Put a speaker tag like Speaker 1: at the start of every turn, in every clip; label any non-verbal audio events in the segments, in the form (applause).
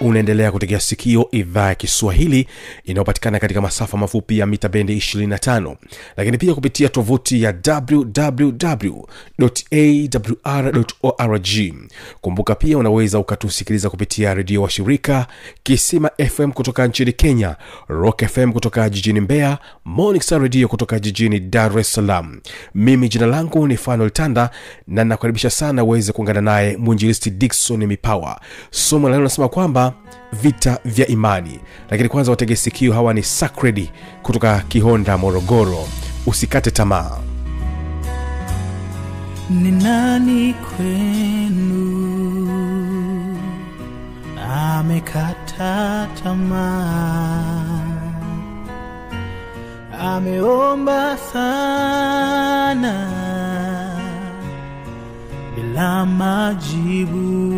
Speaker 1: unaendelea kutegea sikio idhaa ya kiswahili inayopatikana katika masafa mafupi ya mita bendi 25 lakini pia kupitia tovuti ya wwwawr kumbuka pia unaweza ukatusikiliza kupitia redio wa shirika kisima fm kutoka nchini kenya rock fm kutoka jijini mbeya monisa redio kutoka jijini dar es salaam mimi jina langu ni fanuel tanda na nakukaribisha sana uweze kuungana naye mwinjilisti dikson mipawa somo la leo linasema kwamba vita vya imani lakini kwanza wategesikio hawa ni sacred kutoka kihonda morogoro usikate tamaa
Speaker 2: ni nani kwenu amekata tamaa ameomba sana bila majibu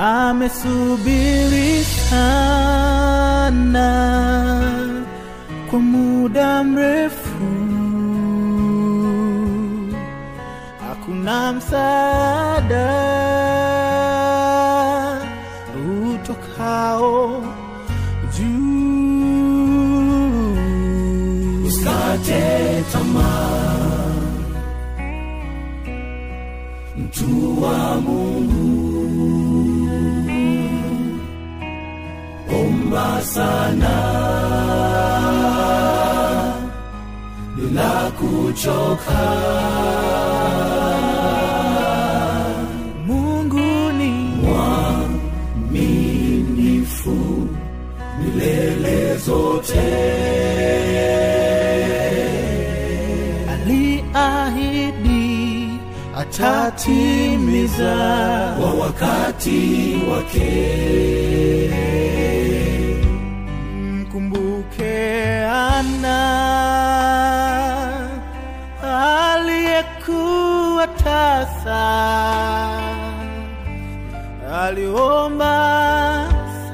Speaker 2: amesubiri sana kwa muda mrefu hakuna msaada utokao juu.
Speaker 3: usikate tamaa mtu wa mungu omba sana bila kuchoka
Speaker 2: Mungu ni
Speaker 3: minifu milele zote
Speaker 2: aliahidi atatimiza.
Speaker 3: kwa wakati wake
Speaker 2: mkumbuke Ana aliyekuwa tasa, aliomba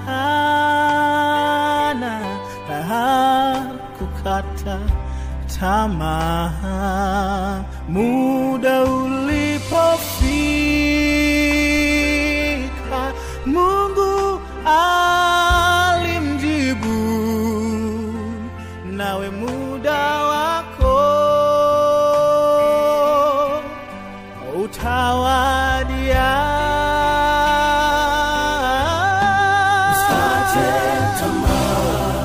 Speaker 2: sana na hakukata tamaa. Muda ulipofika, Mungu alimjibu nawe muda wako utawadia.
Speaker 3: Usikate tamaa,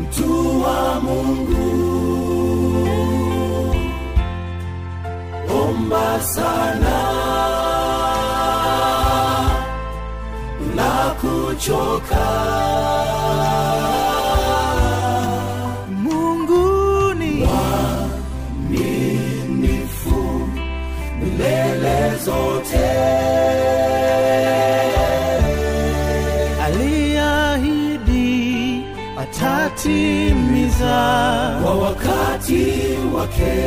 Speaker 3: mtu wa Mungu, omba sana la kuchoka.
Speaker 2: Mungu ni
Speaker 3: Minifu milele zote
Speaker 2: aliahidi atatimiza.
Speaker 3: kwa wakati wake.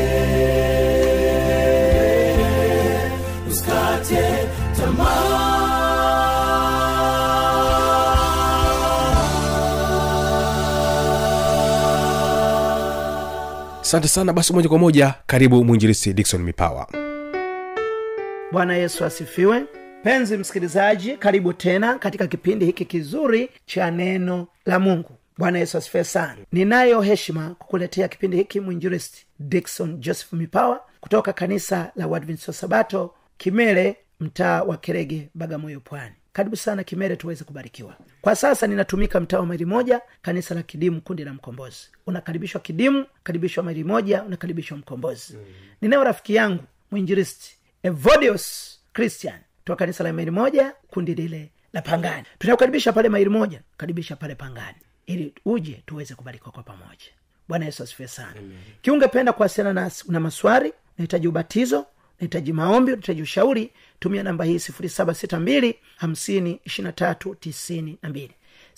Speaker 3: Usikate tamaa.
Speaker 1: asante sana basi moja kwa moja karibu mwinjilisi dikson mipawa
Speaker 4: bwana yesu asifiwe mpenzi msikilizaji karibu tena katika kipindi hiki kizuri cha neno la mungu bwana yesu asifiwe sana ninayo heshima kukuletea kipindi hiki mwinjuristi dikson joseph mipawa kutoka kanisa la wadvinso sabato kimele mtaa wa kerege bagamoyo pwani karibu sana kimere tuweze kubarikiwa kwa sasa ninatumika mtaa wa maili moja kanisa la kidimu kundi la mkombozi unakaribishwa kidimu karibishwa maili moja unakaribishwa mkombozi mm. ninayo rafiki yangu mwinjiristi evodios christian toka kanisa la maili moja kundi lile la pangani tunakukaribisha pale maili moja karibisha pale pangani ili uje tuweze kubarikiwa kwa pamoja bwana yesu asifiwe sana kiungependa kuwasiliana nasi una maswari unahitaji ubatizo unahitaji maombi unahitaji ushauri tumia namba hii 762 50 23 92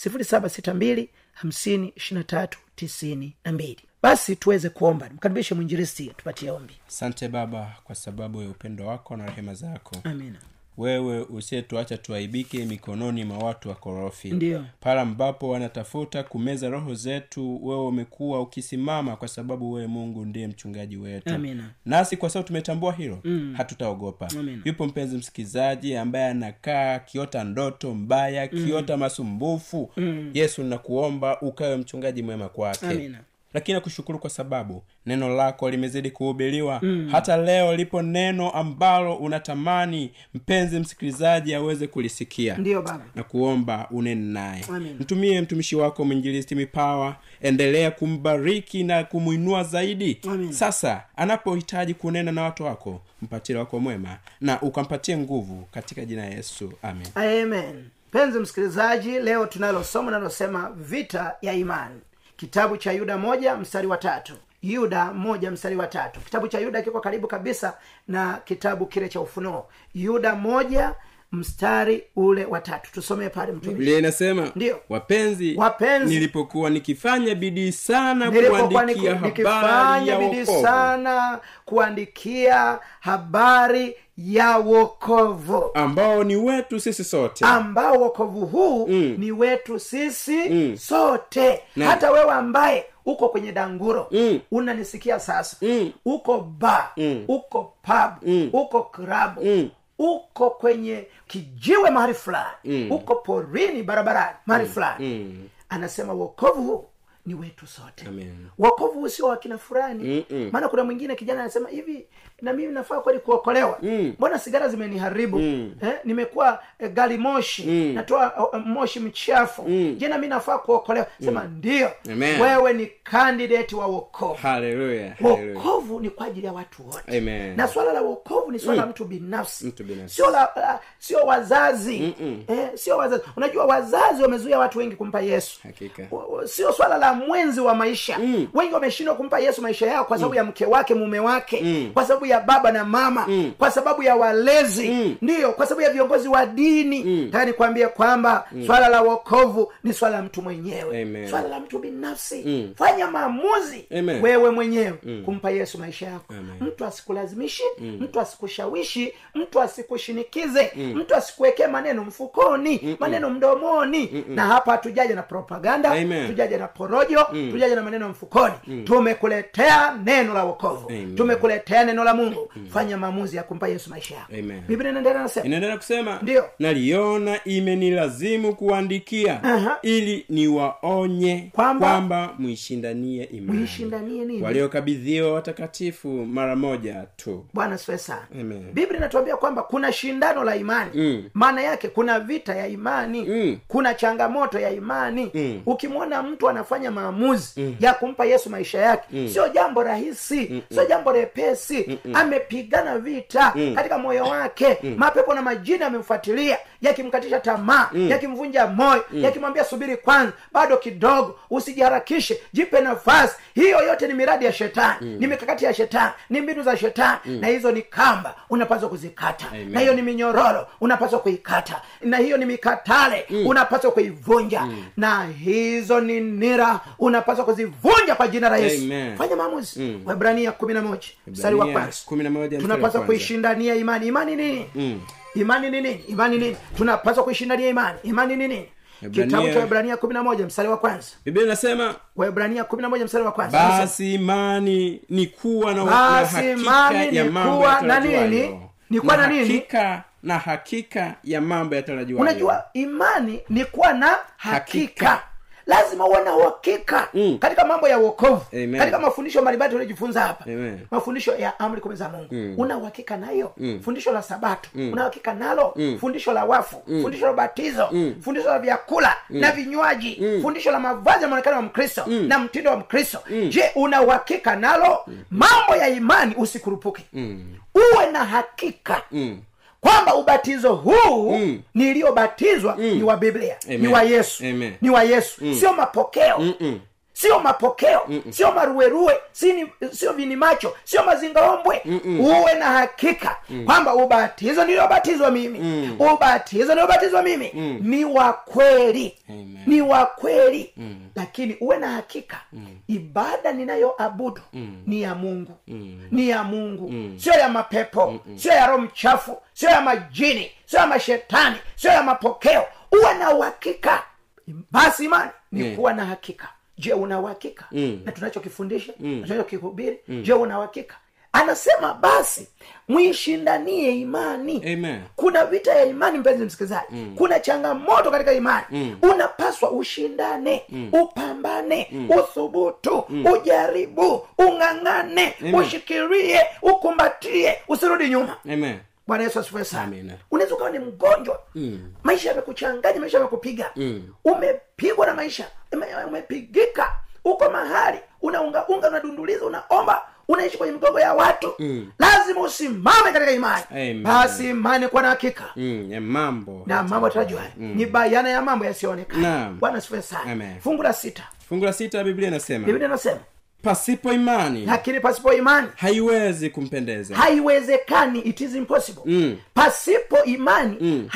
Speaker 4: 762 50 23 92 basi tuweze kuomba mkaribishe mwinjiristi tupatie ombi
Speaker 3: asante baba kwa sababu ya upendo wako na rehema zako
Speaker 4: amina
Speaker 3: wewe usiyetuacha tuaibike mikononi mwa watu wakorofi
Speaker 4: Ndiyo.
Speaker 3: pale ambapo wanatafuta kumeza roho zetu wewe umekuwa ukisimama kwa sababu wewe mungu ndiye mchungaji wetu
Speaker 4: Amina.
Speaker 3: nasi kwa sababu tumetambua hilo mm. hatutaogopa yupo mpenzi msikilizaji ambaye anakaa kiota ndoto mbaya kiota masumbufu mm. yesu nakuomba ukawe mchungaji mwema kwake
Speaker 4: Amina.
Speaker 3: lakini nakushukuru kwa sababu neno lako limezidi kuhubiriwa mm. hata leo lipo neno ambalo unatamani mpenzi msikilizaji aweze kulisikia
Speaker 4: ndiyo baba
Speaker 3: na kuomba unene naye
Speaker 4: Amen.
Speaker 3: mtumie mtumishi wako mwinjilisti mipawa endelea kumbariki na kumwinua zaidi
Speaker 4: Amen.
Speaker 3: sasa anapohitaji kunena na watu wako mpatile wako mwema na ukampatie nguvu katika jina ya yesu amen
Speaker 4: amen mpenzi msikilizaji leo tunalo somo linalosema vita ya imani kitabu cha yuda moja mstari wa tatu yuda moja mstari wa tatu kitabu cha yuda kiko karibu kabisa na kitabu kile cha ufunuo yuda moja mstari ule wa tatu tusomee pale mtumishi
Speaker 3: biblia inasema
Speaker 4: Ndiyo.
Speaker 3: wapenzi
Speaker 4: Wapenzi.
Speaker 3: nilipokuwa nikifanya bidii sana
Speaker 4: nilipokuwa
Speaker 3: kuandikia
Speaker 4: niku-
Speaker 3: habari
Speaker 4: nikifanya
Speaker 3: ya
Speaker 4: bidii
Speaker 3: wokovu.
Speaker 4: sana kuandikia habari ya wokovu
Speaker 3: ambao ni wetu sisi sote
Speaker 4: ambao wokovu huu mm. ni wetu sisi mm. sote
Speaker 3: Na-
Speaker 4: hata wewe ambaye uko kwenye danguro
Speaker 3: Mm.
Speaker 4: unanisikia sasa
Speaker 3: Mm.
Speaker 4: uko ba
Speaker 3: Mm.
Speaker 4: uko pub
Speaker 3: Mm.
Speaker 4: uko krabu
Speaker 3: Mm.
Speaker 4: uko kwenye kijiwe mahali fulani
Speaker 3: Mm.
Speaker 4: uko porini barabarani mahali fulani
Speaker 3: Mm.
Speaker 4: anasema wokovu huu ni wetu sote
Speaker 3: Amen.
Speaker 4: wokovu usio wa kina fulani
Speaker 3: Mm-mm.
Speaker 4: maana kuna mwingine kijana anasema hivi na mimi nafaa kweli kuokolewa
Speaker 3: Mm.
Speaker 4: mbona sigara zimeniharibu
Speaker 3: Mm.
Speaker 4: eh, nimekuwa eh, gari moshi
Speaker 3: Mm.
Speaker 4: natoa oh, oh, moshi mchafu
Speaker 3: Mm.
Speaker 4: je na mi nafaa kuokolewa sema ndio
Speaker 3: Amen.
Speaker 4: wewe ni kandidati wa wokovu
Speaker 3: Hallelujah, hallelujah.
Speaker 4: wokovu ni kwa ajili ya watu wote
Speaker 3: Amen. Mm.
Speaker 4: na swala la wokovu ni swala la mtu binafsi,
Speaker 3: Mtu binafsi.
Speaker 4: sio la la- sio wazazi
Speaker 3: Mm-mm.
Speaker 4: eh, sio wazazi unajua wazazi wamezuia watu wengi kumpa yesu
Speaker 3: Hakika.
Speaker 4: O- o- sio swala la mwenzi wa maisha
Speaker 3: Mm.
Speaker 4: wengi wameshindwa kumpa yesu maisha yao kwa sababu ya mke wake mume wake
Speaker 3: Mm.
Speaker 4: kwa sababu ya baba na mama
Speaker 3: Mm.
Speaker 4: kwa sababu ya walezi
Speaker 3: Mm.
Speaker 4: ndiyo kwa sababu ya viongozi wa dini
Speaker 3: Mm.
Speaker 4: taka nikwambie kwamba swala la wokovu ni swala la mtu mwenyewe
Speaker 3: Amen.
Speaker 4: swala la mtu binafsi
Speaker 3: Mm.
Speaker 4: fanya maamuzi
Speaker 3: Amen.
Speaker 4: wewe mwenyewe
Speaker 3: Mm.
Speaker 4: kumpa yesu maisha yako
Speaker 3: Amen. Mm.
Speaker 4: mtu asikulazimishe mtu asikushawishi mtu asikushinikize mtu asikuwekee maneno mfukoni maneno mdomoni na hapa hatujaja na propaganda
Speaker 3: Amen. Mm.
Speaker 4: tujaja na porojo tujaja na maneno mfukoni tumekuletea neno la wokovu
Speaker 3: Amen. Mm.
Speaker 4: tumekuletea neno la mungu fanya maamuzi ya kumpa yesu maisha yako
Speaker 3: Amen.
Speaker 4: biblia inaendelea nasema
Speaker 3: inaendelea kusema
Speaker 4: Ndiyo.
Speaker 3: naliona imenilazimu kuandikia
Speaker 4: Aha.
Speaker 3: ili niwaonye
Speaker 4: Kwamba-
Speaker 3: mwishindanie imani
Speaker 4: muishindanie nini
Speaker 3: waliokabidhiwa watakatifu mara moja tu
Speaker 4: bwana siwe sana
Speaker 3: Amen.
Speaker 4: biblia inatuambia kwamba kuna shindano la imani
Speaker 3: Mm.
Speaker 4: maana yake kuna vita ya imani
Speaker 3: Mm.
Speaker 4: kuna changamoto ya imani
Speaker 3: Mm.
Speaker 4: ukimwona mtu anafanya maamuzi ya kumpa yesu maisha yake
Speaker 3: Mm.
Speaker 4: sio jambo rahisi sio jambo repesi amepigana vita
Speaker 3: Mm.
Speaker 4: katika moyo wake mapepo na majini amemfuatilia yakimkatisha tamaa
Speaker 3: Mm.
Speaker 4: yakimvunja moyo yakimwambia subiri kwanza bado kidogo usijiharakishe jipe nafasi hiyo yote ni miradi ya shetani
Speaker 3: Mm.
Speaker 4: ni mikakati ya shetani ni mbinu za shetani na hizo ni kamba unapaswa kuzikata
Speaker 3: Amen.
Speaker 4: na hiyo ni minyororo unapaswa kuikata na hiyo ni mikatale
Speaker 3: Mm.
Speaker 4: unapaswa kuivunja na hizo ni nira unapaswa kuzivunja kwa jina la yesu
Speaker 3: Amen. Mm.
Speaker 4: fanya maamuzi waibrania kumi na moja mstari wa
Speaker 3: Ibrania
Speaker 4: kwanza
Speaker 3: 11 mstari wa
Speaker 4: tunapaswa
Speaker 3: kwanza.
Speaker 4: kuishindania imani imani nini
Speaker 3: Mm.
Speaker 4: imani ni nini imani ni nini tunapaswa kuishindania imani imani ni nini
Speaker 3: Ibrania-
Speaker 4: kitabu cha ibrania kumi na moja mstari wa kwanza
Speaker 3: biblia inasema
Speaker 4: waibrania kumi na moja mstari wa kwanza
Speaker 3: basi imani ni kuwa na, na
Speaker 4: Basi
Speaker 3: hakika
Speaker 4: imani
Speaker 3: ya
Speaker 4: ni
Speaker 3: mambo
Speaker 4: kuwa na
Speaker 3: yatarajiwayo.
Speaker 4: nini? Ni kuwa na nini?
Speaker 3: hakika na hakika ya mambo yatarajiwayo
Speaker 4: unajua imani ni kuwa na hakika,
Speaker 3: Hakika.
Speaker 4: lazima wana uhakika
Speaker 3: Mm.
Speaker 4: katika mambo ya uokovu
Speaker 3: Amen.
Speaker 4: katika mafundisho mbalimbali tuliojifunza hapa
Speaker 3: Amen.
Speaker 4: mafundisho ya amri kumi za mungu mm. una uhakika nayo
Speaker 3: Mm.
Speaker 4: fundisho la sabato mm. una uhakika nalo mm. fundisho la wafu mm. fundisho la ubatizo
Speaker 3: Mm.
Speaker 4: fundisho la vyakula na vinywaji mm. fundisho la mavazi ya mwonekano wa mkristo mm. na mtindo wa mkristo mm. je una uhakika nalo mm. mambo ya imani usikurupuke mm. uwe na hakika
Speaker 3: Mm.
Speaker 4: kwamba ubatizo huu
Speaker 3: Mm.
Speaker 4: niliyobatizwa ni wa biblia
Speaker 3: Amen.
Speaker 4: ni wa yesu
Speaker 3: Amen.
Speaker 4: ni wa yesu sio mapokeo
Speaker 3: Mm-mm.
Speaker 4: sio mapokeo sio maruerue si ni- sio vinimacho sio mazingaombwe uwe na hakika kwamba ubatizo niliobatizwa mimi ubatizo niliobatizwa mimi ni wa kweli
Speaker 3: Amen.
Speaker 4: ni wa kweli lakini uwe na hakika ibada ninayoabudu ni ya mungu ni ya mungu sio ya mapepo sio ya roho mchafu sio ya majini sio ya mashetani sio ya mapokeo uwe na uhakika basi imani ni
Speaker 3: Mm.
Speaker 4: kuwa na hakika je una uhakika
Speaker 3: Mm.
Speaker 4: na tunachokifundisha mm. tunachokihubiri je una uhakika anasema basi mwishindanie imani
Speaker 3: Amen.
Speaker 4: kuna vita ya imani mpenzi msikilizaji mm. kuna changamoto katika imani mm. unapaswa ushindane mm. upambane mm. uthubutu mm. ujaribu ung'ang'ane
Speaker 3: Amen.
Speaker 4: ushikirie ukumbatie usirudi nyuma
Speaker 3: Amen.
Speaker 4: bwana yesu asifiwe sana
Speaker 3: Amina.
Speaker 4: unaweza ukawa ni mgonjwa
Speaker 3: Mm.
Speaker 4: maisha yamekuchanganya maisha yamekupiga
Speaker 3: Mm.
Speaker 4: umepigwa na maisha ume- umepigika uko mahali unaungaunga unadunduliza unaomba unaishi kwenye migongo ya watu
Speaker 3: Mm.
Speaker 4: lazima usimame katika imani
Speaker 3: Amen.
Speaker 4: basi imani kuwa na hakika
Speaker 3: Mm, ya mambo
Speaker 4: na mambo yatarajua ni bayana ya mambo yasiyoonekana
Speaker 3: Naam.
Speaker 4: bwana asifiwe sana
Speaker 3: Amen. Mm.
Speaker 4: fungu la sita
Speaker 3: fungu la sita ya biblia inasema
Speaker 4: biblia inasema
Speaker 3: pasipo imani
Speaker 4: lakini pasipo imani
Speaker 3: haiwezi kumpendeza
Speaker 4: haiwezekani it is impossible
Speaker 3: Mm.
Speaker 4: pasipo imani
Speaker 3: Mm.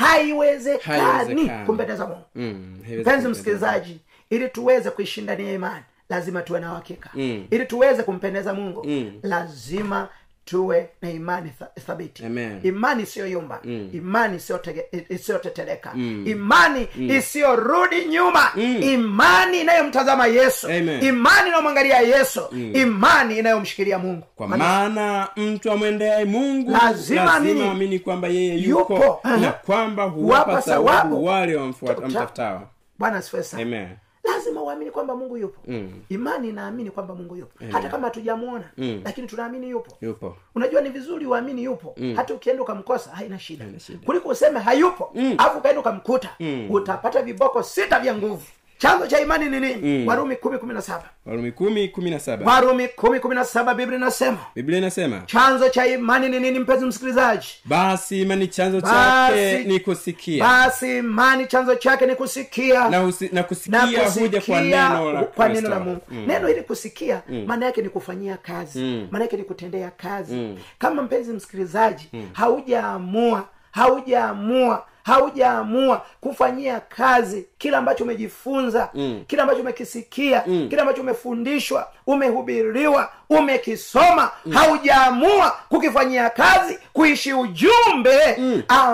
Speaker 4: haiwezekani
Speaker 3: Haiwezekani.
Speaker 4: kumpendeza mungu
Speaker 3: Mm, haiwezi
Speaker 4: mpenzi
Speaker 3: kumpendeza.
Speaker 4: msikilizaji ili tuweze kuishindania imani lazima tuwe na uhakika
Speaker 3: Mm.
Speaker 4: ili tuweze kumpendeza mungu
Speaker 3: Mm.
Speaker 4: lazima tuwe na imani tha- thabiti
Speaker 3: Amen. Mm.
Speaker 4: imani isiyoyumba imani isiyotege- isiyoteteleka imani
Speaker 3: Mm.
Speaker 4: isiyorudi nyuma imani inayomtazama yesu
Speaker 3: Amen. Mm.
Speaker 4: imani inayomwangalia yesu imani inayomshikilia mungu
Speaker 3: kwa maana mtu amwendeaye mungu
Speaker 4: Lazima amini.
Speaker 3: lazima amini kwamba yeye yuko,
Speaker 4: Yupo, aha.
Speaker 3: na kwamba
Speaker 4: Huwapa
Speaker 3: huwapa
Speaker 4: thawabu.
Speaker 3: thawabu wale wamfuata-
Speaker 4: Tuta-
Speaker 3: wamtafutao
Speaker 4: bwana asifiwe sana
Speaker 3: Amen. Mm.
Speaker 4: lazima uamini kwamba mungu yupo imani inaamini kwamba mungu yupo hata kama hatujamuona lakini tunaamini yupo
Speaker 3: yupo Mm.
Speaker 4: unajua ni vizuri uamini yupo hata ukienda ukamkosa haina shida
Speaker 3: shida. Mm.
Speaker 4: kuliko useme hayupo alafu ukaenda ukamkuta utapata viboko sita vya nguvu chanzo cha imani ni nini
Speaker 3: Mm.
Speaker 4: warumi kumi kumi na saba
Speaker 3: warumi kumi kumi na saba
Speaker 4: warumi kumi kumi na saba biblia inasema
Speaker 3: biblia inasema
Speaker 4: chanzo cha imani ni nini mpenzi msikilizaji
Speaker 3: basi imani chanzo
Speaker 4: Basi-
Speaker 3: chake ni kusikia
Speaker 4: basi imani chanzo chake ni kusikia
Speaker 3: na, usi, na kusikia
Speaker 4: na
Speaker 3: huja kwa neno la
Speaker 4: kusikia kwa neno la
Speaker 3: Kristo.
Speaker 4: mungu
Speaker 3: Mm.
Speaker 4: neno ili kusikia maana yake ni kufanyia kazi maana yake ni kutendea kazi kama mpenzi msikilizaji haujaamua haujaamua haujaamua kufanyia kazi kile ambacho umejifunza kile ambacho umekisikia kile ambacho umefundishwa umehubiriwa umekisoma haujaamua kukifanyia kazi kuishi ujumbe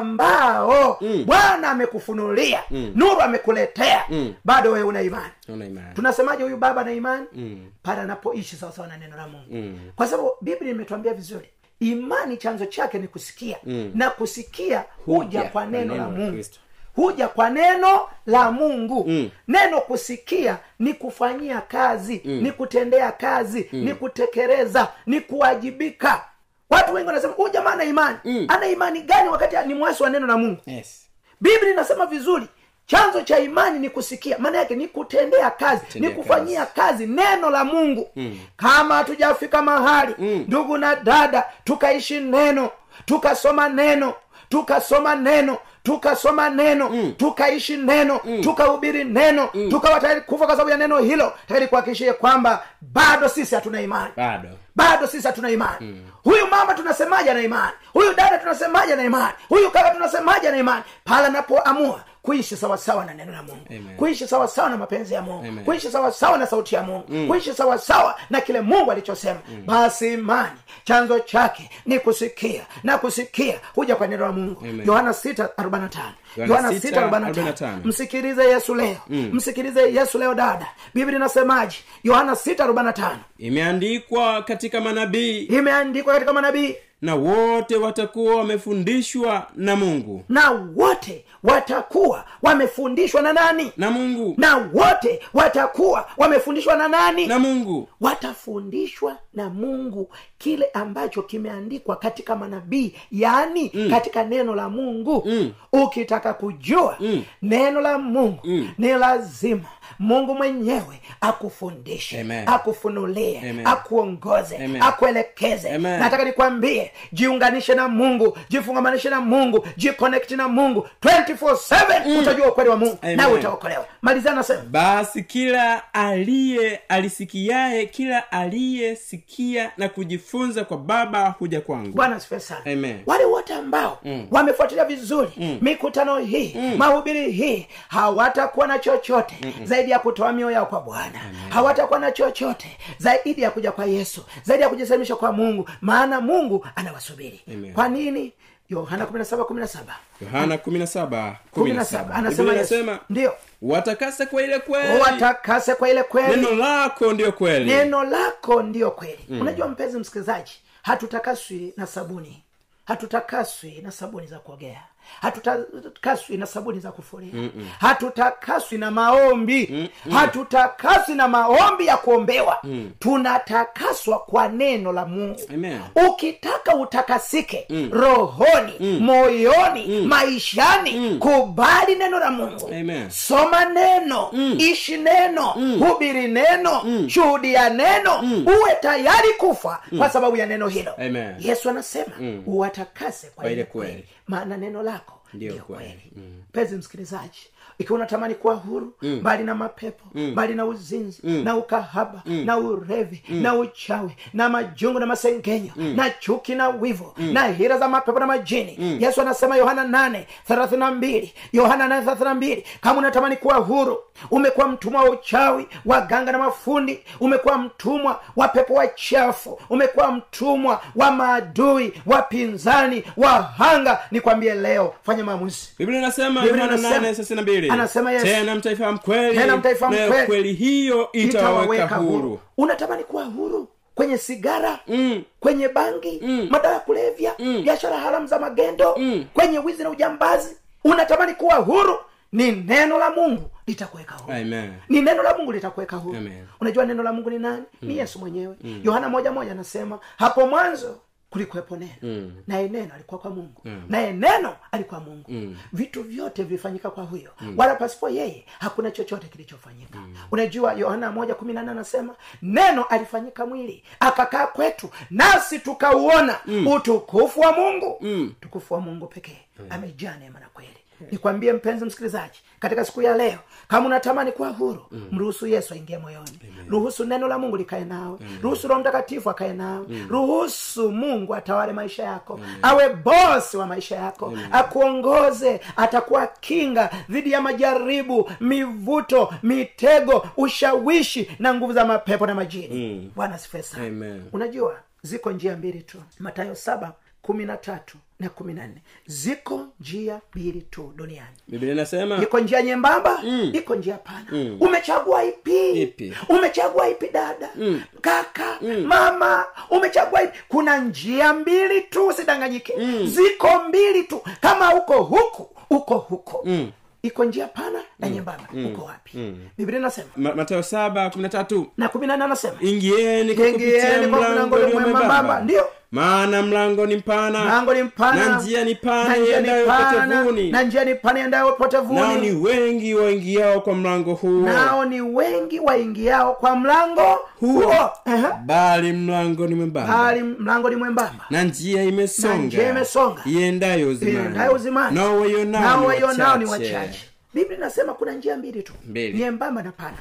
Speaker 4: ambao bwana amekufunulia nuru amekuletea bado wewe una imani
Speaker 3: Una imani.
Speaker 4: tunasemaje huyu baba na imani mm. pale anapoishi sawasawa na neno la mungu mm. kwa sababu biblia imetuambia vizuri imani chanzo chake ni kusikia mm. na kusikia huja kwa neno la mungu
Speaker 3: Kristo.
Speaker 4: huja kwa neno la mungu mm. neno kusikia ni kufanyia kazi mm. ni kutendea kazi mm. ni kutekeleza ni kuwajibika watu wengi wanasema huyu jamaa ana imani mm. ana imani gani wakati ni mwasi wa neno la mungu
Speaker 3: yes.
Speaker 4: biblia inasema vizuri chanzo cha imani ni kusikia maana yake ni kutendea kazi
Speaker 3: Kutendea Hmm.
Speaker 4: ni kufanyia kazi. neno la mungu kama hatujafika mahali ndugu na dada tukaishi neno tukasoma neno tukasoma neno tukasoma neno
Speaker 3: Hmm.
Speaker 4: tukaishi neno tukahubiri neno tukawa tayari kufa kwa sababu ya neno hilo tayari kuhakikishia kwamba bado sisi hatuna imani
Speaker 3: bado
Speaker 4: bado sisi hatuna imani
Speaker 3: Hmm.
Speaker 4: huyu mama tunasemaje ana imani huyu dada tunasemaje ana imani huyu kaka tunasemaje ana imani pale anapoamua kuishi sawasawa na neno la mungu
Speaker 3: Amen.
Speaker 4: kuishi sawasawa na mapenzi ya mungu
Speaker 3: Amen. Hmm.
Speaker 4: kuishi sawasawa na sauti ya mungu kuishi sawasawa na kile mungu alichosema basi imani chanzo chake ni kusikia na kusikia huja kwa neno la mungu
Speaker 3: Amen.
Speaker 4: yohana 6:45 yohana
Speaker 3: sita,
Speaker 4: 6:45.
Speaker 3: 45.
Speaker 4: msikilize yesu leo
Speaker 3: Hmm.
Speaker 4: msikilize yesu leo dada biblia inasemaje yohana 6:45.
Speaker 3: imeandikwa katika manabii
Speaker 4: imeandikwa katika manabii
Speaker 3: na wote watakuwa wamefundishwa na mungu
Speaker 4: na wote watakuwa wamefundishwa na nani
Speaker 3: na mungu
Speaker 4: na wote watakuwa wamefundishwa na nani
Speaker 3: na mungu
Speaker 4: watafundishwa na mungu kile ambacho kimeandikwa katika manabii yaani mm. katika neno la mungu mm. ukitaka kujua mm. neno la mungu mm. ni lazima mungu mwenyewe akufundishe
Speaker 3: Amen.
Speaker 4: akufunulie
Speaker 3: Amen.
Speaker 4: akuongoze
Speaker 3: Amen.
Speaker 4: akuelekeze
Speaker 3: Amen.
Speaker 4: nataka nikwambie jiunganishe na mungu jifungamanishe na mungu jikonekti na mungu 24/7 utajua ukweli wa mungu
Speaker 3: Mm. Amen.
Speaker 4: nawe utaokolewa malizana nasema
Speaker 3: basi kila aliye alisikiaye kila aliyesikia na kujifunza kwa baba huja kwangu
Speaker 4: bwana asifiwe sana
Speaker 3: Amen.
Speaker 4: wale wote ambao mm. wamefuatilia vizuri mm. mikutano hii mm. mahubiri hii hawatakuwa na chochote Mm-mm. zaidi ya kutoa mioyo yao kwa bwana hawatakuwa na chochote zaidi ya kuja kwa yesu zaidi ya kujisalimisha kwa mungu maana mungu anawasubiri
Speaker 3: Amen.
Speaker 4: kwa nini yohana 17, 17.
Speaker 3: yohana 17,
Speaker 4: 17
Speaker 3: 17. Biblia
Speaker 4: anasema yesu
Speaker 3: inasema
Speaker 4: ndiyo
Speaker 3: watakase kwa ile kweli
Speaker 4: watakase kwa ile kweli
Speaker 3: neno lako ndiyo kweli
Speaker 4: neno lako ndiyo kweli mm. unajua mpenzi msikilizaji hatutakaswi na sabuni hatutakaswi na sabuni za kuogea hatutakaswi na sabuni za kufulia hatutakaswi na maombi hatutakaswi na maombi ya kuombewa tunatakaswa kwa neno la mungu
Speaker 3: Mm. Amen. Mm.
Speaker 4: ukitaka utakasike rohoni moyoni maishani
Speaker 3: Mm.
Speaker 4: kubali neno la mungu
Speaker 3: Amen.
Speaker 4: soma neno ishi neno hubiri neno shuhudia neno uwe tayari kufa kwa sababu ya neno hilo
Speaker 3: Amen.
Speaker 4: yesu anasema uwatakase kwa ile kweli
Speaker 3: kweli.
Speaker 4: maana neno lako
Speaker 3: Ndiyo
Speaker 4: ndiyo
Speaker 3: kweli.
Speaker 4: kweli mpenzi msikilizaji ikiwa unatamani kuwa huru mbali na mapepo mbali na uzinzi na ukahaba na urevi na uchawi na majungu na masengenyo na chuki na wivu na hira za mapepo na majini yesu anasema yohana 8 32 yohana 8 32 kama unatamani kuwa huru umekuwa mtumwa wa uchawi wa ganga na mafundi umekuwa mtumwa wa pepo wachafu umekuwa mtumwa wa maadui wapinzani wahanga nikwambie leo fanya maamuzi
Speaker 3: biblia inasema
Speaker 4: Biblia
Speaker 3: Yohana
Speaker 4: inasema-
Speaker 3: 8:32,
Speaker 4: anasema Yesu.
Speaker 3: tena mtaifahamu kweli
Speaker 4: Tena mtaifahamu
Speaker 3: nayo
Speaker 4: kweli.
Speaker 3: kweli hiyo itawaweka huru
Speaker 4: unatamani kuwa huru kwenye sigara mm. kwenye bangi mm. madawa ya kulevya mm. biashara haramu za magendo mm. kwenye wizi na ujambazi unatamani kuwa huru ni neno la mungu litakuweka huru
Speaker 3: Amen.
Speaker 4: ni neno la mungu litakuweka huru
Speaker 3: Amen.
Speaker 4: unajua neno la mungu ni nani mm. ni yesu mwenyewe yohana moja moja anasema hapo mwanzo kulikuwepo neno mm. naye neno alikuwa kwa mungu mm. naye neno alikuwa mungu mm. vitu vyote vilifanyika kwa huyo mm. wala pasipo yeye hakuna chochote kilichofanyika mm. unajua yohana moja kumi na nane anasema neno alifanyika mwili akakaa kwetu nasi tukauona mm. utukufu wa mungu mm. tukufu wa mungu pekee amejaa neema na kweli nikwambie mpenzi msikilizaji katika siku ya leo kama unatamani kuwa huru mm. mruhusu yesu aingie moyoni ruhusu neno la mungu likae nawe ruhusu roho mtakatifu akae nawe ruhusu mungu atawale maisha yako awe bosi wa maisha yako akuongoze atakuwa kinga dhidi ya majaribu mivuto mitego ushawishi na nguvu za mapepo na majini bwana sifiwe sana
Speaker 3: Amen.
Speaker 4: unajua ziko njia mbili tu matayo saba kumi na tatu na kumi na nne ziko njia mbili tu duniani
Speaker 3: biblia inasema
Speaker 4: iko njia nyembamba mm. iko njia pana mm. umechagua ipi
Speaker 3: Ipi?
Speaker 4: umechagua ipi dada mm. kaka mm. mama umechagua ipi kuna njia mbili tu usidanganyike mm. ziko mbili tu kama uko huku uko huko mm. iko njia pana na nyembamba uko wapi mm. biblia inasema
Speaker 3: Ma- mathayo 7:13,
Speaker 4: na kumi na nane anasema
Speaker 3: ingieni kwa
Speaker 4: Ingieni
Speaker 3: kupitia
Speaker 4: kwa mlango
Speaker 3: mlango ulio
Speaker 4: ulio mwembamba.
Speaker 3: mwembamba
Speaker 4: Ndiyo.
Speaker 3: maana mlango ni mpana
Speaker 4: Mlango ni mpana
Speaker 3: na njia ni
Speaker 4: na
Speaker 3: pana
Speaker 4: njia ni
Speaker 3: iendayo
Speaker 4: pana,
Speaker 3: potevuni
Speaker 4: na njia ni pana endayo
Speaker 3: nao ni
Speaker 4: potevuni
Speaker 3: wengi waingiao kwa mlango huo
Speaker 4: nao ni wengi waingiao kwa mlango huo Aha.
Speaker 3: bali mlango ni mwembamba
Speaker 4: bali mlango ni mwembamba
Speaker 3: na njia
Speaker 4: Na
Speaker 3: imesonga
Speaker 4: njia imesonga.
Speaker 3: iendayo
Speaker 4: Iendayo uzimani.
Speaker 3: uzimani nao waionao
Speaker 4: nao
Speaker 3: ni
Speaker 4: waionao ni
Speaker 3: wachache.
Speaker 4: wachache biblia inasema kuna njia mbili tu
Speaker 3: Mbili. Hmm.
Speaker 4: nyembamba na pana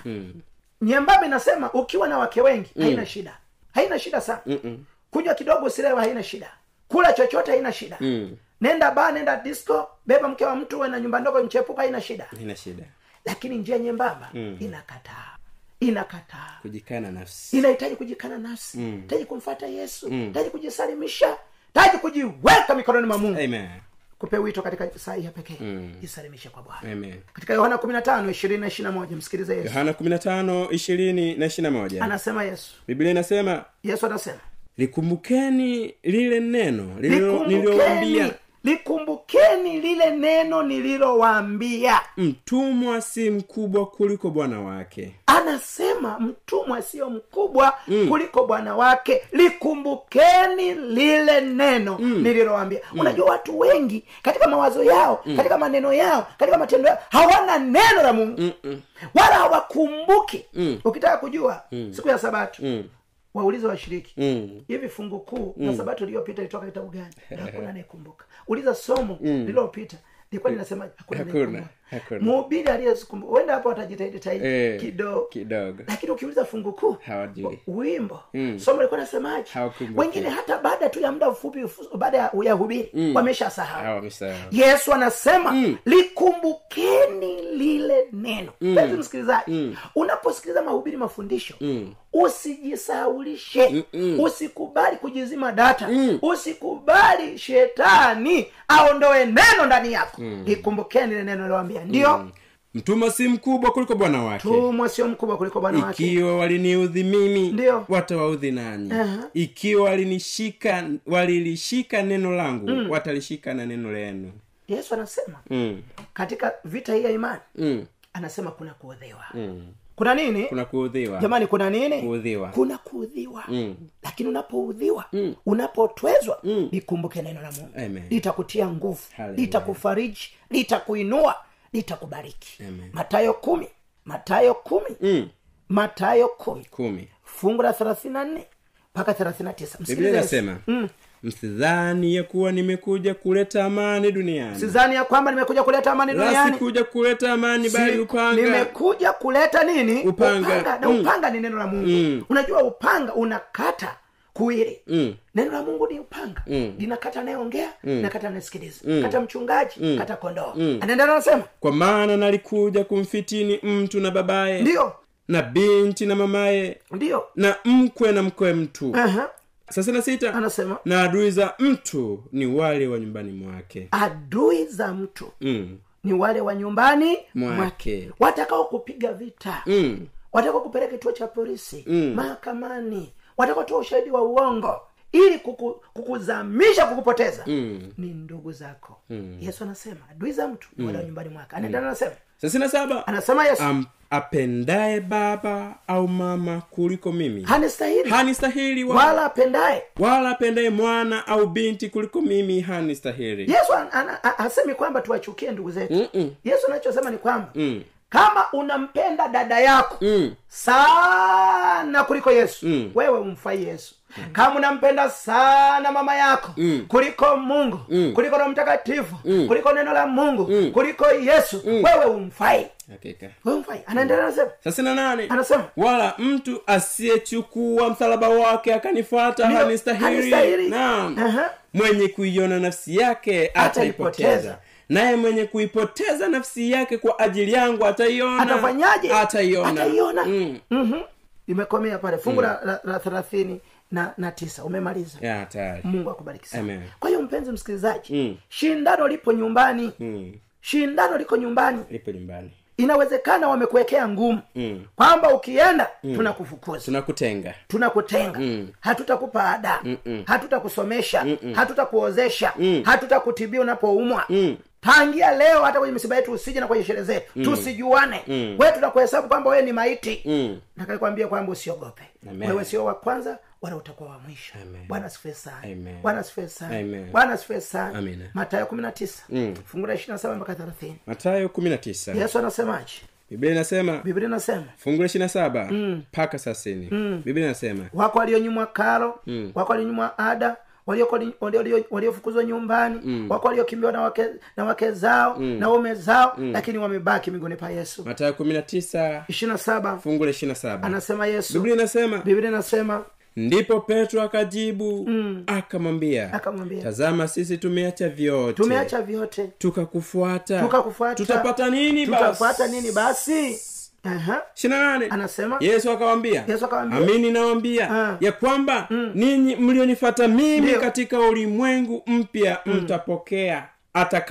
Speaker 4: nyembamba inasema ukiwa na wake wengi haina shida haina shida sana Mm-mm. kunywa kidogo usilewa haina shida kula chochote haina shida
Speaker 3: Hmm.
Speaker 4: mm. nenda ba nenda disco beba mke wa mtu uwe na nyumba ndogo mchepuka haina shida
Speaker 3: Haina shida
Speaker 4: lakini njia nyembamba mm. inakataa inakataa
Speaker 3: kujikana nafsi
Speaker 4: inahitaji kujikana nafsi
Speaker 3: Mm.
Speaker 4: hitaji kumfata yesu hitaji kujisalimisha hitaji kujiweka mikononi mwa mungu
Speaker 3: amen
Speaker 4: kupe wito katika saa hii ya pekee mm. jisalimishe kwa bwana
Speaker 3: Amen.
Speaker 4: katika yohana 15 ishirini na ishirina moja msikilize yesu
Speaker 3: yohana 15 20 na 21
Speaker 4: anasema yesu
Speaker 3: biblia inasema
Speaker 4: yesu anasema
Speaker 3: likumbukeni lile neno lililo-
Speaker 4: likumbukeni
Speaker 3: nililowaambia
Speaker 4: likumbukeni lile neno nililowaambia
Speaker 3: mtumwa si mkubwa kuliko bwana wake
Speaker 4: anasema mtumwa sio mkubwa mm. kuliko bwana wake likumbukeni lile neno mm. nililoambia mm. unajua watu wengi katika mawazo yao mm. katika maneno yao katika matendo yao hawana neno la mungu Mm-mm. wala hawakumbuki mm. ukitaka kujua mm. siku ya sabato mm waulize washiriki
Speaker 3: Mm.
Speaker 4: hivi fungu kuu mm. na sabato iliyopita ilitoka kitabu gani (laughs) hakuna anayekumbuka uliza somo lililopita likuwa linasemaje Mm. hakuna
Speaker 3: Hakuna,
Speaker 4: anayekumbuka.
Speaker 3: hakuna.
Speaker 4: mhubiri aliyezikumbuka huenda hapo atajitahidi tahidi
Speaker 3: Eh,
Speaker 4: kidogo
Speaker 3: kidogo.
Speaker 4: lakini ukiuliza fungu kuu
Speaker 3: Hawajui.
Speaker 4: u- wimbo
Speaker 3: Mm.
Speaker 4: somo likuwa nasemaje
Speaker 3: Hawakumbuki.
Speaker 4: wengine hata baada tu ya muda mfupi ufu- baada ya ya hubiri
Speaker 3: Hmm.
Speaker 4: wamesha sahau
Speaker 3: hawa wamesahau
Speaker 4: yesu anasema
Speaker 3: Mm.
Speaker 4: likumbukeni lile neno
Speaker 3: Hmm.
Speaker 4: mpenzi msikilizaji unaposikiliza mahubiri mafundisho
Speaker 3: Hmm.
Speaker 4: usijisaulishe usikubali kujizima data
Speaker 3: Hmm.
Speaker 4: usikubali shetani aondoe neno ndani yako
Speaker 3: Hmm.
Speaker 4: likumbukeni lile neno liloambia ndio
Speaker 3: mtumwa si mkubwa kuliko bwana wake
Speaker 4: tumwa sio mkubwa kuliko bwana wake
Speaker 3: ikiwa waliniudhi mimi
Speaker 4: Ndiyo.
Speaker 3: watawaudhi nanyi
Speaker 4: Aha.
Speaker 3: ikiwa walinishika walilishika neno langu
Speaker 4: Mm.
Speaker 3: watalishika na neno lenu
Speaker 4: yesu anasema
Speaker 3: mm.
Speaker 4: katika vita hii ya imani
Speaker 3: Mm.
Speaker 4: anasema kuna kuodhewa mm. kuna nini
Speaker 3: kuna kuudhiwa
Speaker 4: jamani kuna nini
Speaker 3: Kuudhiwa.
Speaker 4: kuna kuudhiwa mm. lakini unapoudhiwa mm. unapotwezwa mm. likumbuke neno la mungu
Speaker 3: Amen.
Speaker 4: litakutia nguvu
Speaker 3: Hallelujah.
Speaker 4: litakufariji litakuinua litakubariki
Speaker 3: Amen.
Speaker 4: matayo kumi matayo kumi
Speaker 3: Mm.
Speaker 4: matayo kumi
Speaker 3: kumi
Speaker 4: fungu la thelathini na nne mpaka thelathini na tisa
Speaker 3: biblia
Speaker 4: Msikilize Yesu. Mm.
Speaker 3: inasema msidhani ya kuwa nimekuja kuleta amani duniani
Speaker 4: sidhani ya kwamba nimekuja kuleta amani
Speaker 3: la
Speaker 4: duniani
Speaker 3: sikuja kuleta amani bali
Speaker 4: Siku-
Speaker 3: upanga
Speaker 4: nimekuja kuleta nini
Speaker 3: Upanga.
Speaker 4: na
Speaker 3: Mm.
Speaker 4: upanga ni neno la mungu
Speaker 3: Mm.
Speaker 4: unajua upanga unakata kuwili
Speaker 3: Mm.
Speaker 4: neno la mungu ni upanga
Speaker 3: Mm.
Speaker 4: linakata anayeongea na kata anayesikiliza
Speaker 3: Mm.
Speaker 4: kata mchungaji kata kondoo anaendelea anasema
Speaker 3: kwa maana nalikuja kumfitini mtu na babaye
Speaker 4: ndio
Speaker 3: na binti na mamaye
Speaker 4: ndio
Speaker 3: na mkwe na mkwe mtu
Speaker 4: Aha.
Speaker 3: thelathini na sita
Speaker 4: anasema
Speaker 3: na adui za mtu ni wale wa nyumbani mwake
Speaker 4: adui za mtu
Speaker 3: mm.
Speaker 4: ni wale wa nyumbani
Speaker 3: Mwake.
Speaker 4: watakao kupiga vita
Speaker 3: Mm.
Speaker 4: watakao kupeleka kituo cha polisi mahakamani watakao toa ushahidi wa uongo ili kuku, kukuzamisha kukupoteza
Speaker 3: Mm.
Speaker 4: ni ndugu zako yesu anasema adui za mtu mm. wala nyumbani mwake anaendana anasema
Speaker 3: thelathini na saba
Speaker 4: anasema yesu
Speaker 3: Am, apendaye baba au mama kuliko mimi
Speaker 4: hanistahili
Speaker 3: hani stahili
Speaker 4: wala
Speaker 3: wala,
Speaker 4: apendaye
Speaker 3: wala apendaye mwana au binti kuliko mimi hani stahili
Speaker 4: yesu an- ana- a- hasemi kwamba tuwachukie ndugu zetu
Speaker 3: Mm-mm.
Speaker 4: yesu anachosema ni kwamba kama unampenda dada yako
Speaker 3: mm.
Speaker 4: sana kuliko yesu
Speaker 3: Mm.
Speaker 4: wewe umfai yesu kama unampenda sana mama yako
Speaker 3: Mm.
Speaker 4: kuliko mungu
Speaker 3: Mm.
Speaker 4: kuliko roho mtakatifu
Speaker 3: Mm.
Speaker 4: kuliko neno la mungu
Speaker 3: Mm.
Speaker 4: kuliko yesu wewe umfai
Speaker 3: hakika
Speaker 4: wewe umfai anaendelea anasema
Speaker 3: thelathini na nane
Speaker 4: anasema
Speaker 3: wala mtu asiyechukua msalaba wake akanifuata
Speaker 4: Ndio,
Speaker 3: hanistahili
Speaker 4: hanistahili.
Speaker 3: naam
Speaker 4: Aha.
Speaker 3: mwenye kuiona nafsi yake
Speaker 4: Ataipoteza.
Speaker 3: ataipoteza naye mwenye kuipoteza nafsi yake kwa ajili yangu ataiona
Speaker 4: atafanyaje
Speaker 3: ataiona
Speaker 4: ataiona
Speaker 3: Mm.
Speaker 4: Mhm. imekomea pale fungu la- la- la thelathini na, na tisa umemaliza
Speaker 3: Ya, tayari
Speaker 4: mungu akubariki sana
Speaker 3: Amen.
Speaker 4: kwa hiyo mpenzi msikilizaji
Speaker 3: Mm.
Speaker 4: shindano lipo nyumbani
Speaker 3: Mm.
Speaker 4: shindano liko nyumbani
Speaker 3: lipo nyumbani
Speaker 4: inawezekana wamekuwekea ngumu
Speaker 3: Mm.
Speaker 4: kwamba ukienda tunakufukuza
Speaker 3: tunakutenga
Speaker 4: tunakutenga
Speaker 3: Mm.
Speaker 4: hatutakupa ada hatutakusomesha hatutakuozesha hatutakutibia unapoumwa
Speaker 3: Mm.
Speaker 4: tangia leo hata kwenye misiba yetu usije na kwenye sherehe zetu tusijuane
Speaker 3: Mm.
Speaker 4: wewe tunakuhesabu kwamba wewe ni maiti
Speaker 3: Mm.
Speaker 4: nakaikwambia kwamba usiogope
Speaker 3: Amen.
Speaker 4: wewe sio wa kwanza wala utakuwa wa mwisho
Speaker 3: Amen.
Speaker 4: bwana sifue sana
Speaker 3: Amen.
Speaker 4: bwana sifue sana
Speaker 3: Amen.
Speaker 4: bwana sifue sana
Speaker 3: Amina.
Speaker 4: matayo kumi na tisa
Speaker 3: Mm.
Speaker 4: fungu la ishiri na saba mpaka thelathini
Speaker 3: matayo 19
Speaker 4: yesu anasemaje
Speaker 3: biblia inasema
Speaker 4: biblia inasema
Speaker 3: fungu la 27
Speaker 4: Mm.
Speaker 3: mpaka 30 biblia inasema
Speaker 4: wako walionyimwa karo mm. wako walionyimwa ada walioko- walio- walio- waliofukuzwa nyumbani mm. wako waliokimbiwa na wake, na wake zao mm. na ume zao mm. lakini wamebaki miguuni pa yesu
Speaker 3: matayo 19
Speaker 4: ishirina saba
Speaker 3: fungu la 27
Speaker 4: anasema yesu
Speaker 3: biblia inasema
Speaker 4: biblia inasema
Speaker 3: ndipo petro akajibu mm. akamwambia
Speaker 4: Akamwambia.
Speaker 3: tazama sisi tumeacha vyote
Speaker 4: tumeacha vyote
Speaker 3: tukakufuata
Speaker 4: tukakufuata
Speaker 3: tutapata nini basi?
Speaker 4: tutafuata nini basi Aha.
Speaker 3: 28.
Speaker 4: Anasema-
Speaker 3: yesu akawambia
Speaker 4: Yesu akawambia,
Speaker 3: amini nawambia
Speaker 4: Ah.
Speaker 3: ya kwamba ninyi mlionifata mimi
Speaker 4: Ndio. Mm.
Speaker 3: katika ulimwengu mpya mtapokea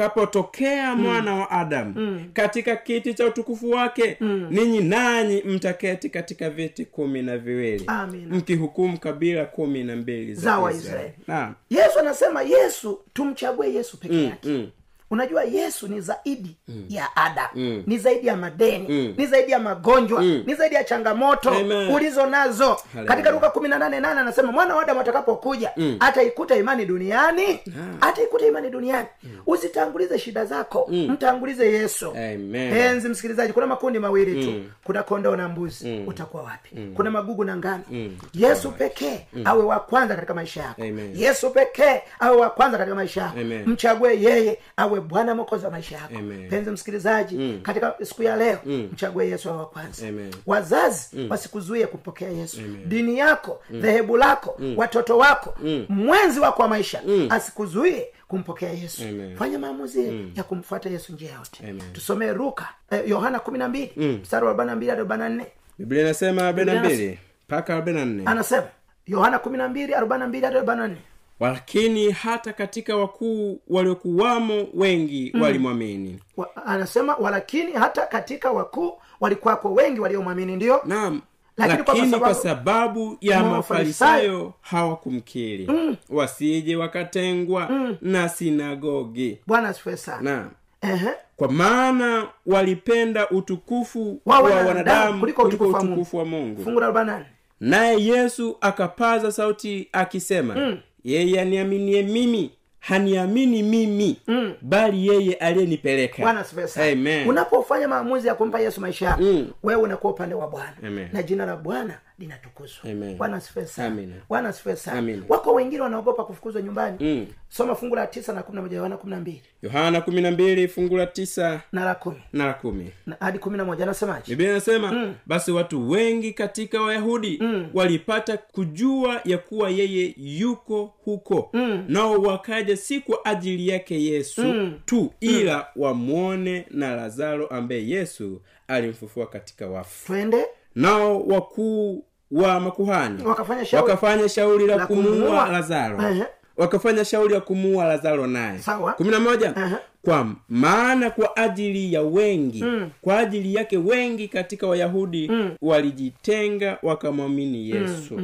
Speaker 3: atakapotokea mwana wa adamu
Speaker 4: Mm.
Speaker 3: katika kiti cha utukufu wake ninyi nanyi mtaketi katika viti kumi na viwili
Speaker 4: Amina.
Speaker 3: mkihukumu kabila kumi na mbili
Speaker 4: Za
Speaker 3: za
Speaker 4: Waisraeli.
Speaker 3: israeli naam
Speaker 4: yesu anasema yesu tumchague yesu peke yake
Speaker 3: mm.
Speaker 4: unajua yesu ni zaidi ya ada
Speaker 3: Mm.
Speaker 4: ni zaidi ya madeni ni zaidi ya magonjwa ni zaidi ya changamoto
Speaker 3: Amen.
Speaker 4: ulizo nazo katika luka kumi na nane nane anasema mwana wa adamu atakapokuja
Speaker 3: Mm.
Speaker 4: ataikuta imani duniani
Speaker 3: Ah.
Speaker 4: ataikuta imani duniani
Speaker 3: Mm.
Speaker 4: usitangulize shida zako mtangulize yesu
Speaker 3: Amen. Mm.
Speaker 4: penzi msikilizaji kuna makundi mawili tu kuna kondoo na mbuzi utakuwa wapi kuna magugu na ngano
Speaker 3: Mm.
Speaker 4: yesu pekee awe wa kwanza katika maisha yako
Speaker 3: Amen.
Speaker 4: yesu pekee awe wa kwanza katika maisha yako
Speaker 3: Amen.
Speaker 4: mchague yeye awe bwana mokozi wa maisha yako
Speaker 3: Amen. Mm.
Speaker 4: penzi msikilizaji katika siku ya leo mchague yesu awe wa kwanza
Speaker 3: Amen. Mm.
Speaker 4: wazazi wasikuzuie kumpokea yesu dini yako dhehebu lako
Speaker 3: Mm.
Speaker 4: watoto wako mwenzi wako wa maisha asikuzuie kumpokea yesu
Speaker 3: Amen. Mm.
Speaker 4: fanya maamuzi ya kumfuata yesu njia yote
Speaker 3: Amen. Mm.
Speaker 4: tusomee ruka eh, yohana kumi na mbili mstari wa arobaini na mbili hadi arobaini na nne
Speaker 3: biblia inasema arobaini na
Speaker 4: Biblia
Speaker 3: mbili mpaka arobaini na nne
Speaker 4: anasema yohana kumi na mbili arobaini na mbili hadi arobaini na nne
Speaker 3: lakini hata katika wakuu waliokuwamo wengi
Speaker 4: Mm.
Speaker 3: walimwamini
Speaker 4: Wa- anasema walakini hata katika wakuu walikuwako wengi waliomwamini ndiyo
Speaker 3: naam
Speaker 4: Lakini
Speaker 3: lakini,
Speaker 4: kwa
Speaker 3: kwa,
Speaker 4: sababu-
Speaker 3: sababu, ya
Speaker 4: Ma-
Speaker 3: mafarisayo hawakumkiri
Speaker 4: Mm.
Speaker 3: wasije wakatengwa na sinagogi
Speaker 4: bwana asifiwe sana
Speaker 3: naam
Speaker 4: Ehe.
Speaker 3: kwa maana walipenda utukufu
Speaker 4: Wa
Speaker 3: wa,
Speaker 4: wanadamu
Speaker 3: wanadamu
Speaker 4: kuliko
Speaker 3: kuliko
Speaker 4: utukufu
Speaker 3: utukufu,
Speaker 4: wa Mungu.
Speaker 3: wa mungu
Speaker 4: fungu la arobaini na nne
Speaker 3: naye yesu akapaza sauti akisema
Speaker 4: Mm.
Speaker 3: yeye aniaminie mimi haniamini mimi bali yeye
Speaker 4: Mm. bwana
Speaker 3: aliyenipeleka
Speaker 4: asifiwe sana.
Speaker 3: Amen.
Speaker 4: unapofanya maamuzi ya kumpa yesu maisha yako
Speaker 3: Mm.
Speaker 4: wewe unakuwa upande wa bwana
Speaker 3: Amen.
Speaker 4: na jina la bwana linatukuzwa
Speaker 3: Amen.
Speaker 4: bwana asifiwe sana
Speaker 3: Amen.
Speaker 4: bwana asifiwe sana
Speaker 3: Amen.
Speaker 4: wako wengine wanaogopa kufukuzwa nyumbani
Speaker 3: Mm.
Speaker 4: soma fungu la tisa na kumi na moja yohana kumi na mbili
Speaker 3: yohana kumi na mbili fungu la tisa
Speaker 4: na la kumi
Speaker 3: na la kumi
Speaker 4: na- hadi kumi na moja anasemaje
Speaker 3: biblia inasema basi watu wengi katika wayahudi walipata kujua ya kuwa yeye yuko huko nao wakaja si kwa ajili yake yesu tu ila wamwone na lazaro ambaye yesu alimfufua katika wafu
Speaker 4: twende
Speaker 3: nao wakuu wa makuhani
Speaker 4: Wakafanya shauri-
Speaker 3: wakafanya shauri la,
Speaker 4: la kumuua.
Speaker 3: kumuua lazaro
Speaker 4: Ehe.
Speaker 3: wakafanya shauri la kumuua lazaro naye
Speaker 4: Sawa.
Speaker 3: kumi na moja
Speaker 4: Ehe.
Speaker 3: kwa maana kwa ajili ya wengi
Speaker 4: Mm.
Speaker 3: kwa ajili yake wengi katika wayahudi walijitenga wakamwamini yesu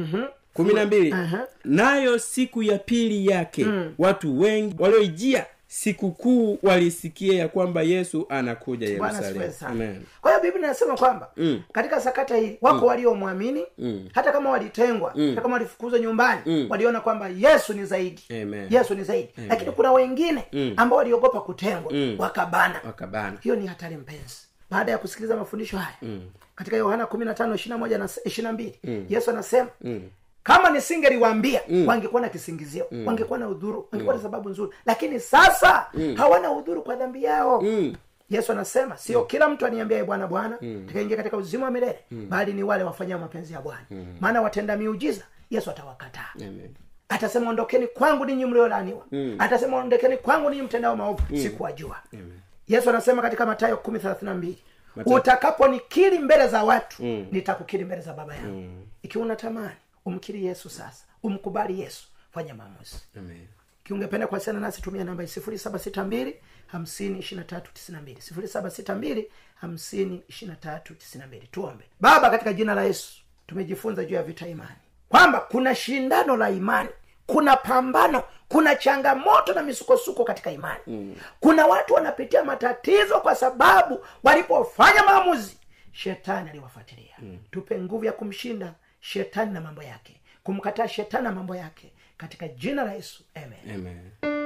Speaker 3: kumi na mbili
Speaker 4: Mm. Mhm. Ehe. Mm.
Speaker 3: nayo siku ya pili yake watu wengi walioijia sikukuu walisikia ya kwamba yesu anakuja
Speaker 4: bwana asifiwe
Speaker 3: yerusalemu Mm.
Speaker 4: sana kwa hiyo biblia inasema kwamba katika sakata hii wako waliomwamini hata kama walitengwa
Speaker 3: Mm.
Speaker 4: hata kama walifukuzwa nyumbani waliona kwamba yesu ni zaidi
Speaker 3: Amen. Mm.
Speaker 4: yesu ni zaidi lakini kuna wengine ambao waliogopa kutengwa wakabana
Speaker 3: wakabana
Speaker 4: hiyo ni hatari mpenzi baada ya kusikiliza mafundisho haya katika yohana kumi na tano ishirina moja na ishirina mbili yesu anasema kama nisingeliwaambia wangekuwa na kisingizio wangekuwa na udhuru wangekuwa na sababu nzuri lakini sasa hawana udhuru kwa dhambi yao yesu anasema sio kila mtu aniambiaye bwana bwana takaingia katika uzima wa milele bali ni wale wafanyao mapenzi ya bwana maana watenda miujiza yesu atawakataa atasema ondokeni kwangu ninyi mliolaaniwa atasema ondokeni kwangu ninyi mtendao maovu sikuwajua yesu anasema katika matayo kumi thelathini na mbili utakaponikiri mbele za watu nitakukiri mbele za baba yangu ikiwa unatamani umkiri yesu sasa umkubali yesu fanya maamuzi
Speaker 3: Amen.
Speaker 4: kiungependa kuwasiliana nasi tumia namba sifuri saba sita mbili hamsini ishiri na tatu tisini na mbili sifuri saba sita mbili hamsini ishiri na tatu tisini na mbili tuombe baba katika jina la yesu tumejifunza juu ya vita ya imani kwamba kuna shindano la imani kuna pambano kuna changamoto na misukosuko katika imani mm. kuna watu wanapitia matatizo kwa sababu walipofanya maamuzi shetani aliwafuatilia mm. tupe nguvu ya kumshinda shetani na mambo yake kumkataa shetani na mambo yake katika jina la yesu amen
Speaker 3: Amen.